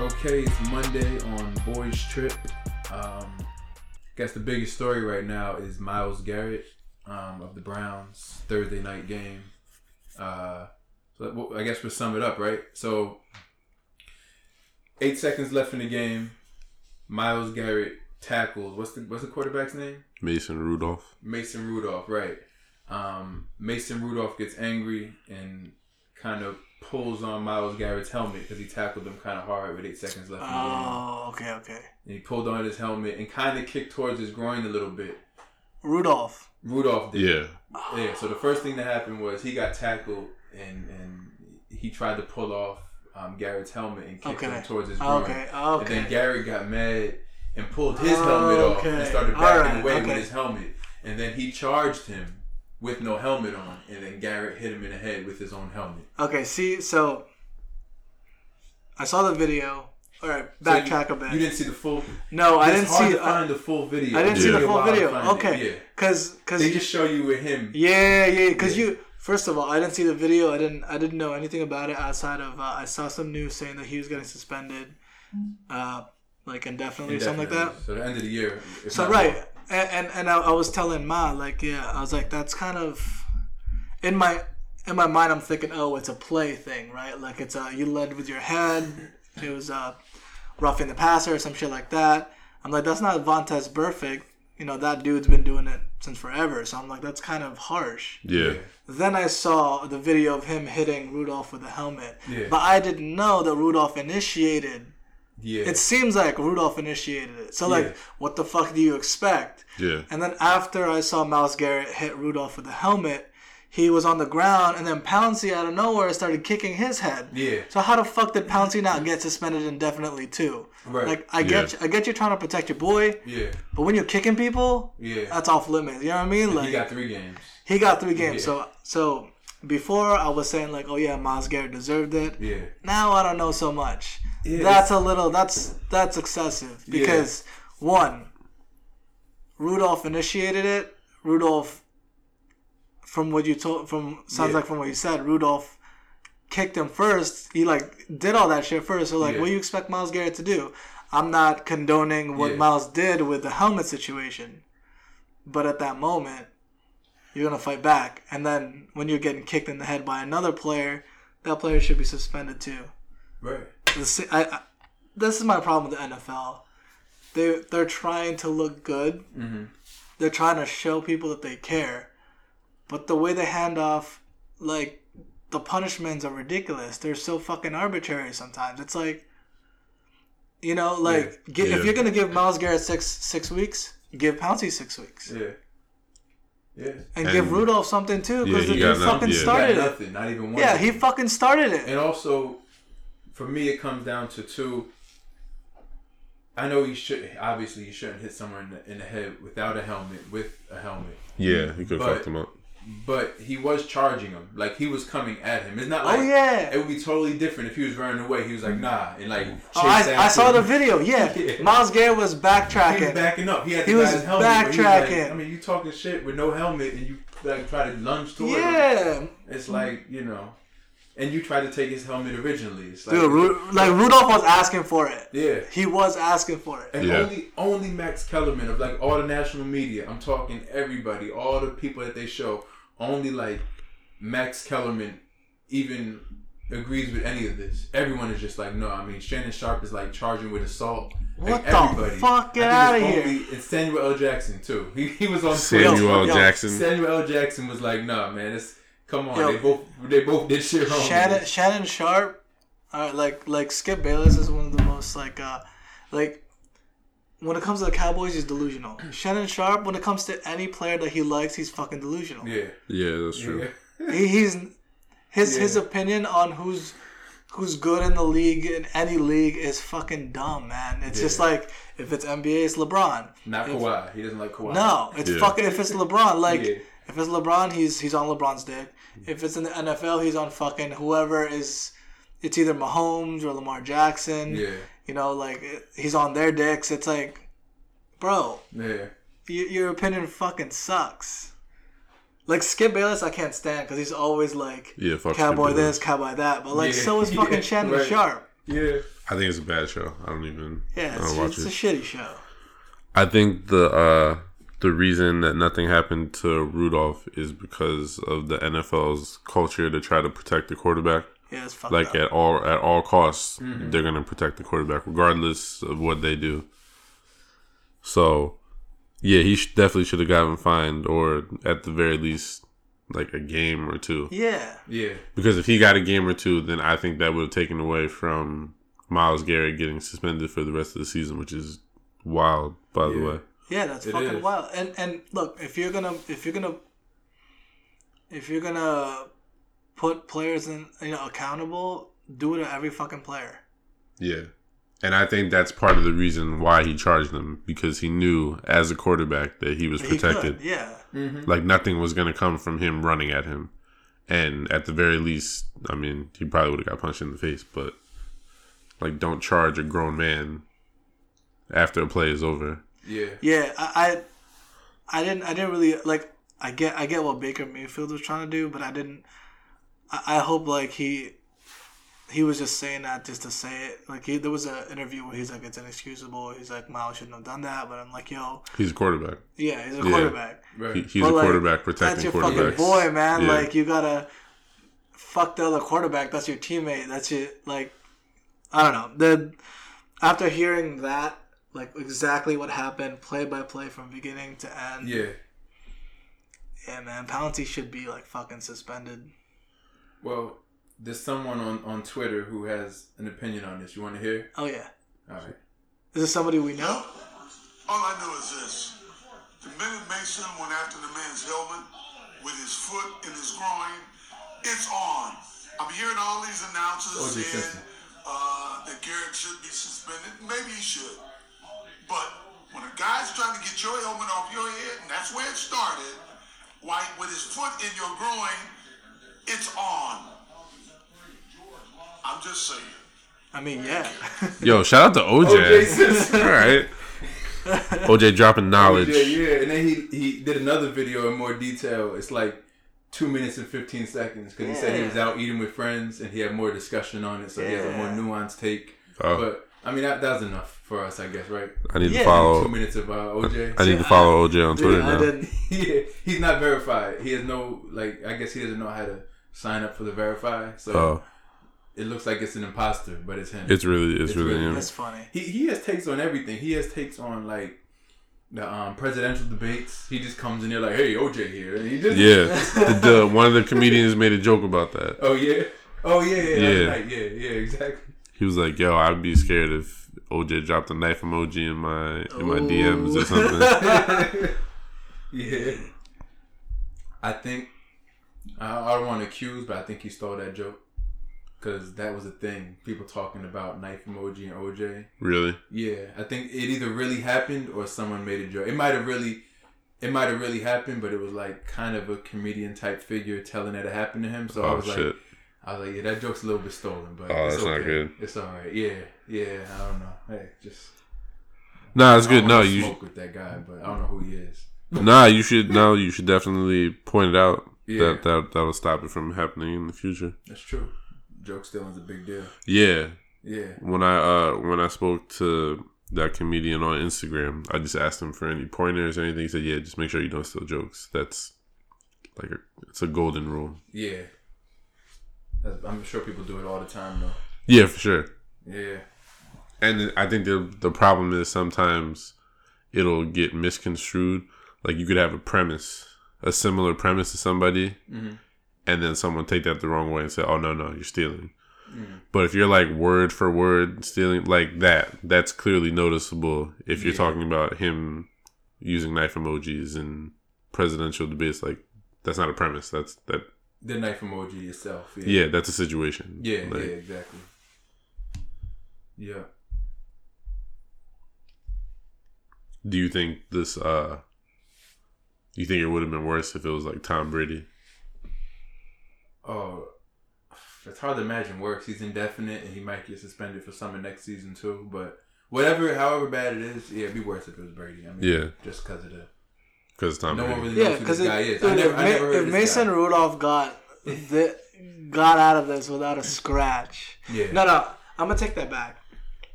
Okay, it's Monday on Boys Trip. Um, guess the biggest story right now is Miles Garrett um, of the Browns Thursday night game. Uh, so that- well, I guess we'll sum it up, right? So, eight seconds left in the game. Miles Garrett tackles. What's the what's the quarterback's name? Mason Rudolph. Mason Rudolph, right? Um, Mason Rudolph gets angry and kind of pulls on Miles Garrett's helmet because he tackled him kind of hard with eight seconds left in the game. Oh, okay, okay. and he pulled on his helmet and kind of kicked towards his groin a little bit. Rudolph. Rudolph did. Yeah. Yeah, so the first thing that happened was he got tackled and and he tried to pull off um, Garrett's helmet and kicked Okay. Oh, him towards his groin. Ah, Okay, And then okay. Garrett got mad and pulled his helmet off and Okay. started All backing right, away with okay. his helmet. And then he charged him with no helmet on, and then Garrett hit him in the head with his own helmet. Okay, see, so I saw the video. All right, So you- backtrack a You bit. didn't see the full. No, I it's didn't hard see. to I, find the full video. I didn't see Yeah. the It took a full while to video. find it, Okay, yeah. because because They just show you with him Yeah, yeah, because Yeah. you. First of all, I didn't see the video. I didn't. I didn't know anything about it outside of uh, I saw some news saying that he was getting suspended, uh, like indefinitely, or something like that. Indefinitely. So the end of the year. if So not right, more. and and, and I, I was telling Ma like, yeah, I was like, that's kind of in my in my mind. I'm thinking, oh, it's a play thing, right? Like it's a you led with your head. It was uh, roughing the passer or some shit like that. I'm like, that's not Vontez Burfict. You know that dude's been doing it since forever. So I'm like, that's kind of harsh. Yeah. Then I saw the video of him hitting Rudolph with the helmet, Yeah. but I didn't know that Rudolph initiated Yeah. it seems like Rudolph initiated it. So like, Yeah. what the fuck do you expect? Yeah. And then after I saw Miles Garrett hit Rudolph with the helmet, he was on the ground, and then Pouncey out of nowhere started kicking his head. Yeah. So how the fuck did Pouncey not get suspended indefinitely too? Right. Like I get, Yeah. you, I get you're trying to protect your boy, yeah. but when you're kicking people, Yeah. that's off limits. You know what I mean? Like he got three games. he got three games. Yeah. So so before I was saying like, oh yeah, Miles Garrett deserved it Yeah. now I don't know so much. Yeah, that's a little that's that's excessive because one, Rudolph initiated it. Rudolph, from what you told, from sounds Yeah. like from what you said, Rudolph kicked him first. He like did all that shit first. So like, Yeah. what do you expect Miles Garrett to do? I'm not condoning what Yeah. Miles did with the helmet situation, but at that moment, you're gonna fight back. And then when you're getting kicked in the head by another player, that player should be suspended too. Right. The si- I- I- this is my problem with the NFL. They they're trying to look good. Mm-hmm. Mhm. They're trying to show people that they care, but the way they hand off, like the punishments are ridiculous. They're so fucking arbitrary sometimes. It's like, you know, like gi- Yeah. if you're gonna give Miles Garrett six six weeks, give Pouncey six weeks, Yeah. Yeah. and, give And- Rudolph something too because Yeah, the he dude got nothing. fucking Yeah. Got started it. nothing. Not even one. Yeah, he fucking started it. And also, for me, it comes down to two. I know you should obviously you shouldn't hit someone in the, in the head without a helmet with a helmet, Yeah. He could But- have fucked him up. but he was charging him like he was coming at him. It's not like oh yeah. it would be totally different if he was running away. He was like nah and like Oh, chased I, I after saw the him. video. Yeah, Yeah. Miles Garrett was He was backtracking. backing up. He had He the was guy's helmet. but he like- backtracking. I mean, you talking shit with no helmet and you like try to lunge toward him. yeah, It's like you know, and you try to take his helmet originally. It's like, dude, Ru- like Rudolph was asking for it. yeah. He was asking for it. And Yeah. only only Max Kellerman of like all the national media. I'm talking everybody, all the people that they show. Only like Max Kellerman even agrees with any of this. Everyone is just like, no. I mean, Shannon Sharp is like charging with assault. What Like, the fuck? I Get think outta it's here. only- It's Samuel L. Jackson too. He, he was on Twitter. Samuel yo, Jackson. Samuel L. Jackson was like, nah, man. It's come on. Yo. They both they both did shit wrong. Shannon Shannon Sharp, uh, like like Skip Bayless is one of the most like uh like when it comes to the Cowboys, he's delusional. Shannon Sharp, when it comes to any player that he likes, he's fucking delusional. Yeah. Yeah, that's true. Yeah. He, he's his Yeah. his opinion on who's who's good in the league in any league is fucking dumb, man. It's just Yeah. like if it's NBA, it's LeBron. Not If- Kawhi. He doesn't like Kawhi. No, it's Yeah. fucking if it's LeBron, like Yeah. if it's LeBron, he's he's on LeBron's dick. If it's in the NFL, he's on fucking whoever is. It's either Mahomes or Lamar Jackson. Yeah. You know, like it- he's on their dicks. It's like, bro, Yeah. y- your opinion fucking sucks. Like Skip Bayless, I can't stand because he's always like, Yeah, fuck cowboy Skip Bayless. this, cowboy that. But like, Yeah, so is fucking yeah, Shannon right. Sharp. Yeah. I think it's a bad show. I don't even. Yeah, I it's, don't watch it's a it. shitty show. I think the uh, the reason that nothing happened to Rudolph is because of the NFL's culture to try to protect the quarterback. Yeah, Mm-hmm. it's fucked Like uh, up. at all at all costs, they're gonna protect the quarterback regardless of what they do. So, yeah, he sh- definitely should have gotten fined, or at the very least, like a game or two. Yeah, Yeah. Because if he got a game or two, then I think that would have taken away from Miles Garrett getting suspended for the rest of the season, which is wild, by the Yeah. way. yeah, that's It fucking is. wild. And and look, if you're gonna if you're gonna if you're gonna put players in you know accountable, do it to every fucking player. Yeah. And I think that's part of the reason why he charged them because he knew as a quarterback that he was He could, protected. yeah. Mm-hmm. Like nothing was going to come from him running at him. And at the very least, I mean, he probably would have got punched in the face, but like don't charge a grown man after a play is over. Yeah. Yeah, I, I, I didn't, I didn't really like. I get, I get what Baker Mayfield was trying to do, but I didn't. I, I hope like he, he was just saying that just to say it. Like he, there was an interview where he's like, "It's inexcusable." He's like, "Miles shouldn't have done that," but I'm like, "Yo, He's a quarterback. yeah, he's a Yeah. quarterback. He, Right. he's But, a like, quarterback That's protecting your quarterbacks. fucking boy, man. Yeah. Like you gotta fuck the other quarterback. That's your teammate. That's your like. I don't know. The after hearing that, like exactly what happened, play by play from beginning to end. Yeah. Yeah, man, Pouncey should be like fucking suspended. Well, there's someone on, on Twitter who has an opinion on this. You want to hear? Oh yeah, All right. is this somebody we know? All I know is this. The minute Mason went after the man's helmet with his foot in his groin, it's on. I'm hearing all these announcers Oh, this saying is- uh, that Garrett should be suspended. Maybe he should. But when a guy's trying to get your helmet off your head, and that's where it started, why with his foot in your groin, it's on. I'm just saying. I mean, yeah, Yo, shout out to OJ OJ. Simpson. All right. OJ dropping knowledge. Yeah, yeah. And then he he did another video in more detail. It's like two minutes and fifteen seconds because he said he was Yeah. out eating with friends and he had more discussion on it, so he has a more Yeah. nuanced take. Oh. But I mean, that that's enough for us, I guess, right? I need Yeah. to Two follow. minutes of uh, OJ. Oh. I need to follow OJ on Twitter Dude, I now. didn't. yeah, he's not verified. He has no like. I guess he doesn't know how to sign up for the verify. So Oh, it looks like it's an imposter, but it's him. it's really, it's, It's really really- him. That's funny. he he has takes on everything. He has takes on like the um, presidential debates. He just comes in there like, "Hey, OJ here," and he just Yeah, the, the, one of the comedians made a joke about that. Oh yeah. Oh yeah. Yeah. Yeah. Yeah. Right. yeah. yeah. Exactly. He was like, "Yo, I'd be scared if OJ dropped a knife emoji in my in my DMs or something." Yeah. I think I, I don't want to accuse, but I think he stole that joke because that was a thing people talking about knife emoji and OJ. really? Yeah, I think it either really happened or someone made a joke. It might have really, it might have really happened, but it was like kind of a comedian type figure telling that it happened to him. So I Oh was shit! like, I was like, yeah, that joke's a little bit stolen, but Oh, it's that's okay. not good. It's all right. Yeah, yeah. I don't know. Hey, just nah, it's I don't good. No, wanna you smoke with that guy, but I don't know who he is. nah, you should no, you should definitely point it out. Yeah. That that that'll stop it from happening in the future. That's true. Joke stealing's a big deal. Yeah, Yeah. when I uh when I spoke to that comedian on Instagram, I just asked him for any pointers or anything. He said, "Yeah, just make sure you don't steal jokes. That's like a, it's a golden rule." Yeah. That's, I'm sure people do it all the time though. Yeah, for sure. Yeah. And I think the the problem is sometimes it'll get misconstrued. Like you could have a premise, a similar premise to somebody, Mhm. and then someone take that the wrong way and say, "Oh no, no, you're stealing." Mm-hmm. But if you're like word for word stealing like that, that's clearly noticeable. If you're Yeah. talking about him using knife emojis and presidential debates, like that's not a premise. That's that. The knife emoji itself. Yeah, that's a situation. Yeah, Like, yeah, exactly. Yeah. Do you think this? uh You think it would have been worse if it was like Tom Brady? Oh, it's hard to imagine works. He's indefinite, and he might get suspended for summer next season too. But whatever, however bad it is, yeah, it'd be worse if it was Brady. I mean, Yeah. just because of the Because Tom no one Brady. really Yeah, knows who because this guy is. if, I dude, never, if, I Ma- never heard if of this Mason guy. Rudolph got the, got out of this without a scratch, Yeah. no, no, I'm gonna take that back.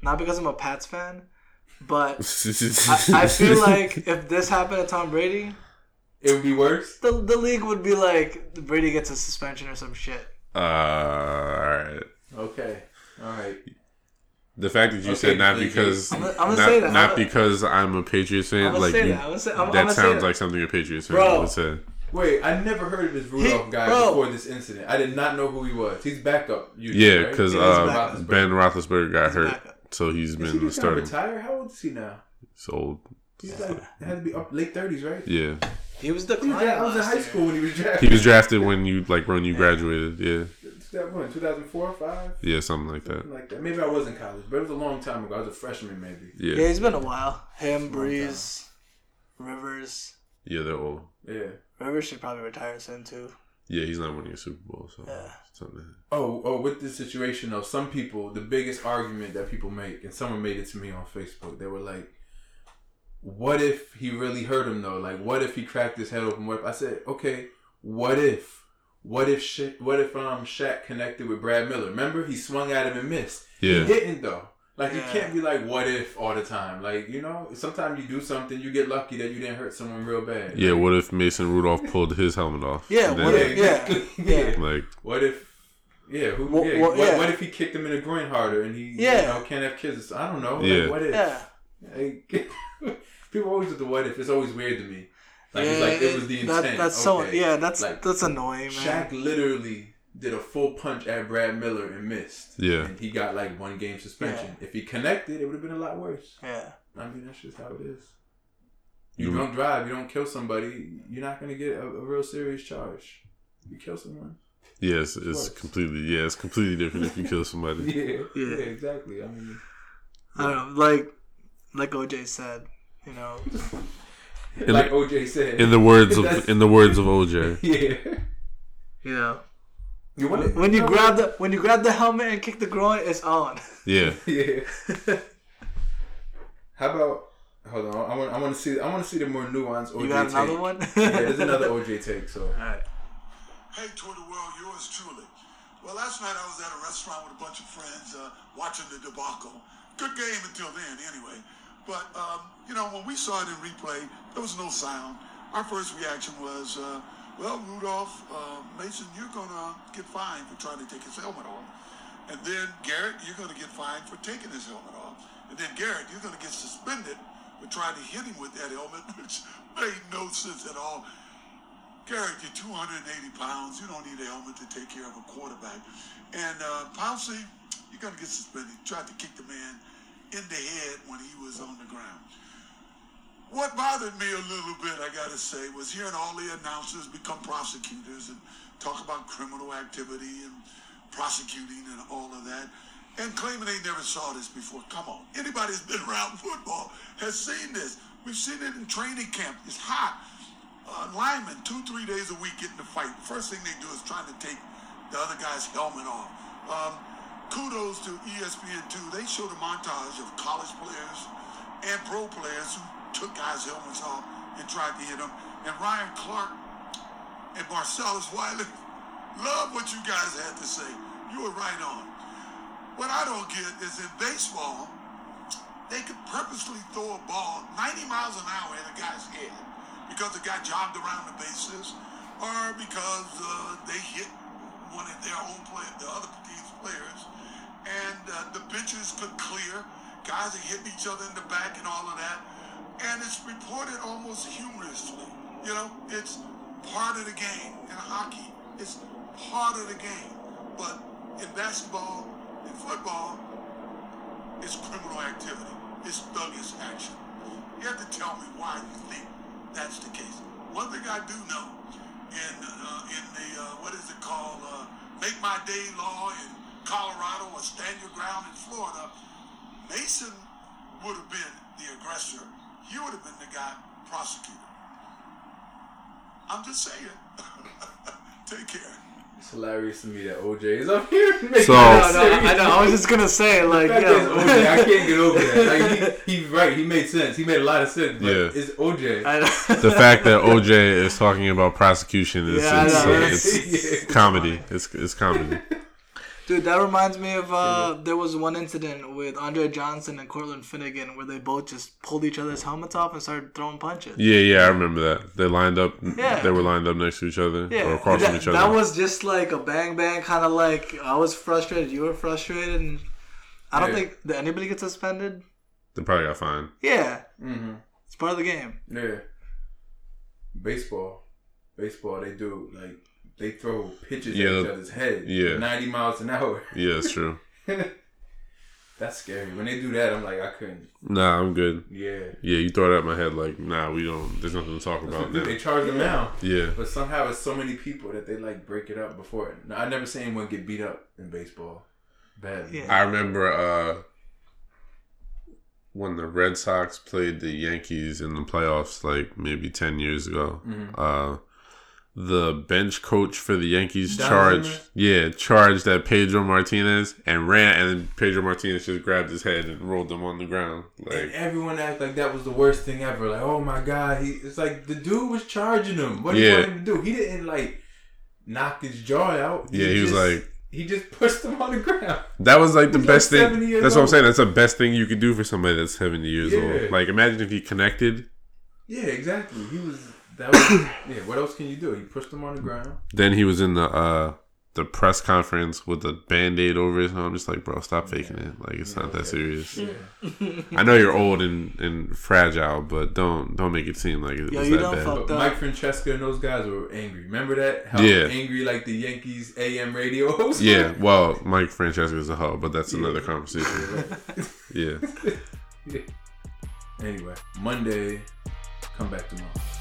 Not because I'm a Pats fan, but I, I feel like if this happened to Tom Brady, It would be worse. the the league would be like Brady gets a suspension or some shit. Uh, all right. Okay. All right. The fact that you Okay, said not thank you. because I'm gonna- I'm gonna not, say that. not I'm gonna- because I'm a Patriots fan, I'm gonna like say you, that. I'm gonna say, I'm, I'm that gonna say sounds that. like something a Patriots fan Bro. would say. Wait, I never heard of this Rudolph He- guy bro. before this incident. I did not know who he was. He's backup. usually, Yeah, right? because He's uh, backup. Ben Roethlisberger got He's hurt, backup. so he's Is he been the just gonna starting. retire? How old is he now? He's old. He's like had to be up late thirties, right? Yeah, He He was was declining. dra- I was in last high year. school when he was he drafted. was drafted when you like when you graduated. Yeah, that one, two thousand four, five, yeah, something like that. something like that. Maybe I was in college, but it was a long time ago. I was a freshman, maybe. Yeah, Yeah, it's been a while. Him, Breeze, Rivers. yeah, they're old. Yeah. Rivers should probably retire soon too. Yeah, he's not winning a Super Bowl, so Yeah. something. Oh, oh, with this situation though, some people the biggest argument that people make, and someone made it to me on Facebook, they were like, What if he really hurt him though? Like what if he cracked his head open? What if I said, Okay, what if? What if shit what if um Shaq connected with Brad Miller? Remember he swung at him and missed. He Yeah, didn't though. Like Yeah. you can't be like what if all the time. Like, you know, sometimes you do something, you get lucky that you didn't hurt someone real bad. yeah. What if Mason Rudolph pulled his helmet off? Yeah, And what then, if- yeah, yeah. Like, What if? Yeah, who, Wha- yeah, wha- what, yeah. what if he kicked him in the groin harder and he Yeah. you know, can't have kids? I don't know. Like, Yeah. what if? Yeah. Like, people always do the what if. It's always weird to me. Like, yeah, it's like it was the that- intent. that's so okay. yeah, that's Like, that's annoying, man. Shaq literally did a full punch at Brad Miller and missed. Yeah. And he got like one game suspension. If he connected, it would have been a lot worse. Yeah. I mean, that's just how it is. You You- don't drive, you don't kill somebody, you're not going to get a, a real serious charge. You kill someone. yes, it's Sports. completely. Yeah, it's completely different if you kill somebody. yeah, Yeah. yeah, exactly. I mean, I don't know, like like OJ said, you know. the- like OJ said, In the words of That's- in the words of OJ. yeah. You know. You want When you grab the when you grab the helmet and kick the groin, it's on. Yeah, yeah. How about? Hold on, I want, I want to see, I want to see the more nuanced OJ You got another take. one? yeah, there's another OJ take. So Alright. Hey, Twitter world, yours truly. Well, last night I was at a restaurant with a bunch of friends uh, watching the debacle. Good game until then, anyway. But, um, you know, when we saw it in replay, there was no sound. Our first reaction was, uh, well, Rudolph, uh, Mason, you're going to get fined for trying to take his helmet off. And then, Garrett, you're going to get fined for taking his helmet off. And then, Garrett, you're going to get suspended for trying to hit him with that helmet, which made no sense at all. Garrett, you're 280 pounds. You don't need a helmet to take care of a quarterback. And uh, Pouncey, you're going to get suspended. Tried to kick the man in the head when he was on the ground. What bothered me a little bit, I got to say, was hearing all the announcers become prosecutors and talk about criminal activity and prosecuting and all of that and claiming they never saw this before. Come on. Anybody who's been around football has seen this. We've seen it in training camp. It's hot uh, linemen two, three days a week get in a fight. First thing they do is trying to take the other guy's helmet off. Um, kudos to E ESPN2. They showed a montage of college players and pro players who took guys' helmets off and tried to hit them. And Ryan Clark and Marcellus Wiley, love what you guys had to say. You were right on. What I don't get is in baseball, they could purposely throw a ball 90 miles an hour at a guy's head because the guy jogged around the bases or because uh, they hit one of their own player, the other team's players, and uh, the pitchers could clear. Guys are hitting each other in the back and all of that, and it's reported almost humorously. You know, it's part of the game in hockey. It's part of the game, but in basketball, in football, it's criminal activity. It's thuggish action. You have to tell me why you think that's the case. One thing I do know, in uh, in the uh, what is it called, uh, Make My Day law in Colorado or Stand Your Ground in Florida, Mason would have been the aggressor. He would have been the guy prosecuted. I'm just saying. Take care. it's hilarious to me that OJ is up here. making it So- No, no, I, I serious. know. I was just gonna say, like, That is yo. OJ. I can't get over that. Like, he, he's right. He made sense. He made a lot of sense. But Yeah. It's OJ. I know. the fact that OJ is talking about prosecution is Yeah, I it's, know, uh, that's- it's comedy. It's it's comedy. Dude, that reminds me of uh, there was one incident with Andre Johnson and Cortland Finnegan where they both just pulled each other's helmets off and started throwing punches. Yeah, yeah, I remember that. They lined up. Yeah. They were lined up next to each other Yeah, or across that, from each other. that was just like a bang bang kind of like I was frustrated, you were frustrated, and I don't Yeah. think that anybody gets suspended. they probably got fined. Yeah, Mm-hmm. it's part of the game. Yeah. Baseball. Baseball, they do, like, they throw pitches Yeah. at each other's head. Yeah. 90 miles an hour. Yeah, it's true. That's scary. When they do that, I'm like, I couldn't. nah, I'm good. Yeah. Yeah, you throw it at my head like, nah, we don't. There's nothing to talk about now. They charge them now. Yeah, But somehow it's so many people that they like break it up before. it. No, I never seen anyone get beat up in baseball. Bad. Yeah. I remember uh, when the Red Sox played the Yankees in the playoffs, like maybe ten years ago. Mhm. Uh, the bench coach for the Yankees Don charged, Lemon? yeah, charged at Pedro Martinez and ran, and then Pedro Martinez just grabbed his head and rolled him on the ground. And Like, everyone act like that was the worst thing ever. Like, oh my god, he. It's like the dude was charging him. What do you Yeah. want him to do? He didn't like knock his jaw out. Yeah, he was just- like- he just pushed him on the ground. that was like the He's best like 70 thing. years That's what I'm old. saying. That's the best thing you could do for somebody that's seventy years Yeah. old. Like, imagine if he connected, Yeah, exactly. He was. That was. yeah. What else can you do? He pushed him on the ground. then he was in the uh the press conference with a band-aid over his arm just like bro stop faking it like it's not that serious i know you're old and and fragile but don't don't make it seem like it Yo, was you that don't bad fuck- But Fucked up. Mike Francesca and those guys were angry. Remember that? How Yeah. angry like the Yankees AM radio host. yeah well mike francesco is a hoe but that's another conversation yeah Anyway, Monday, come back tomorrow.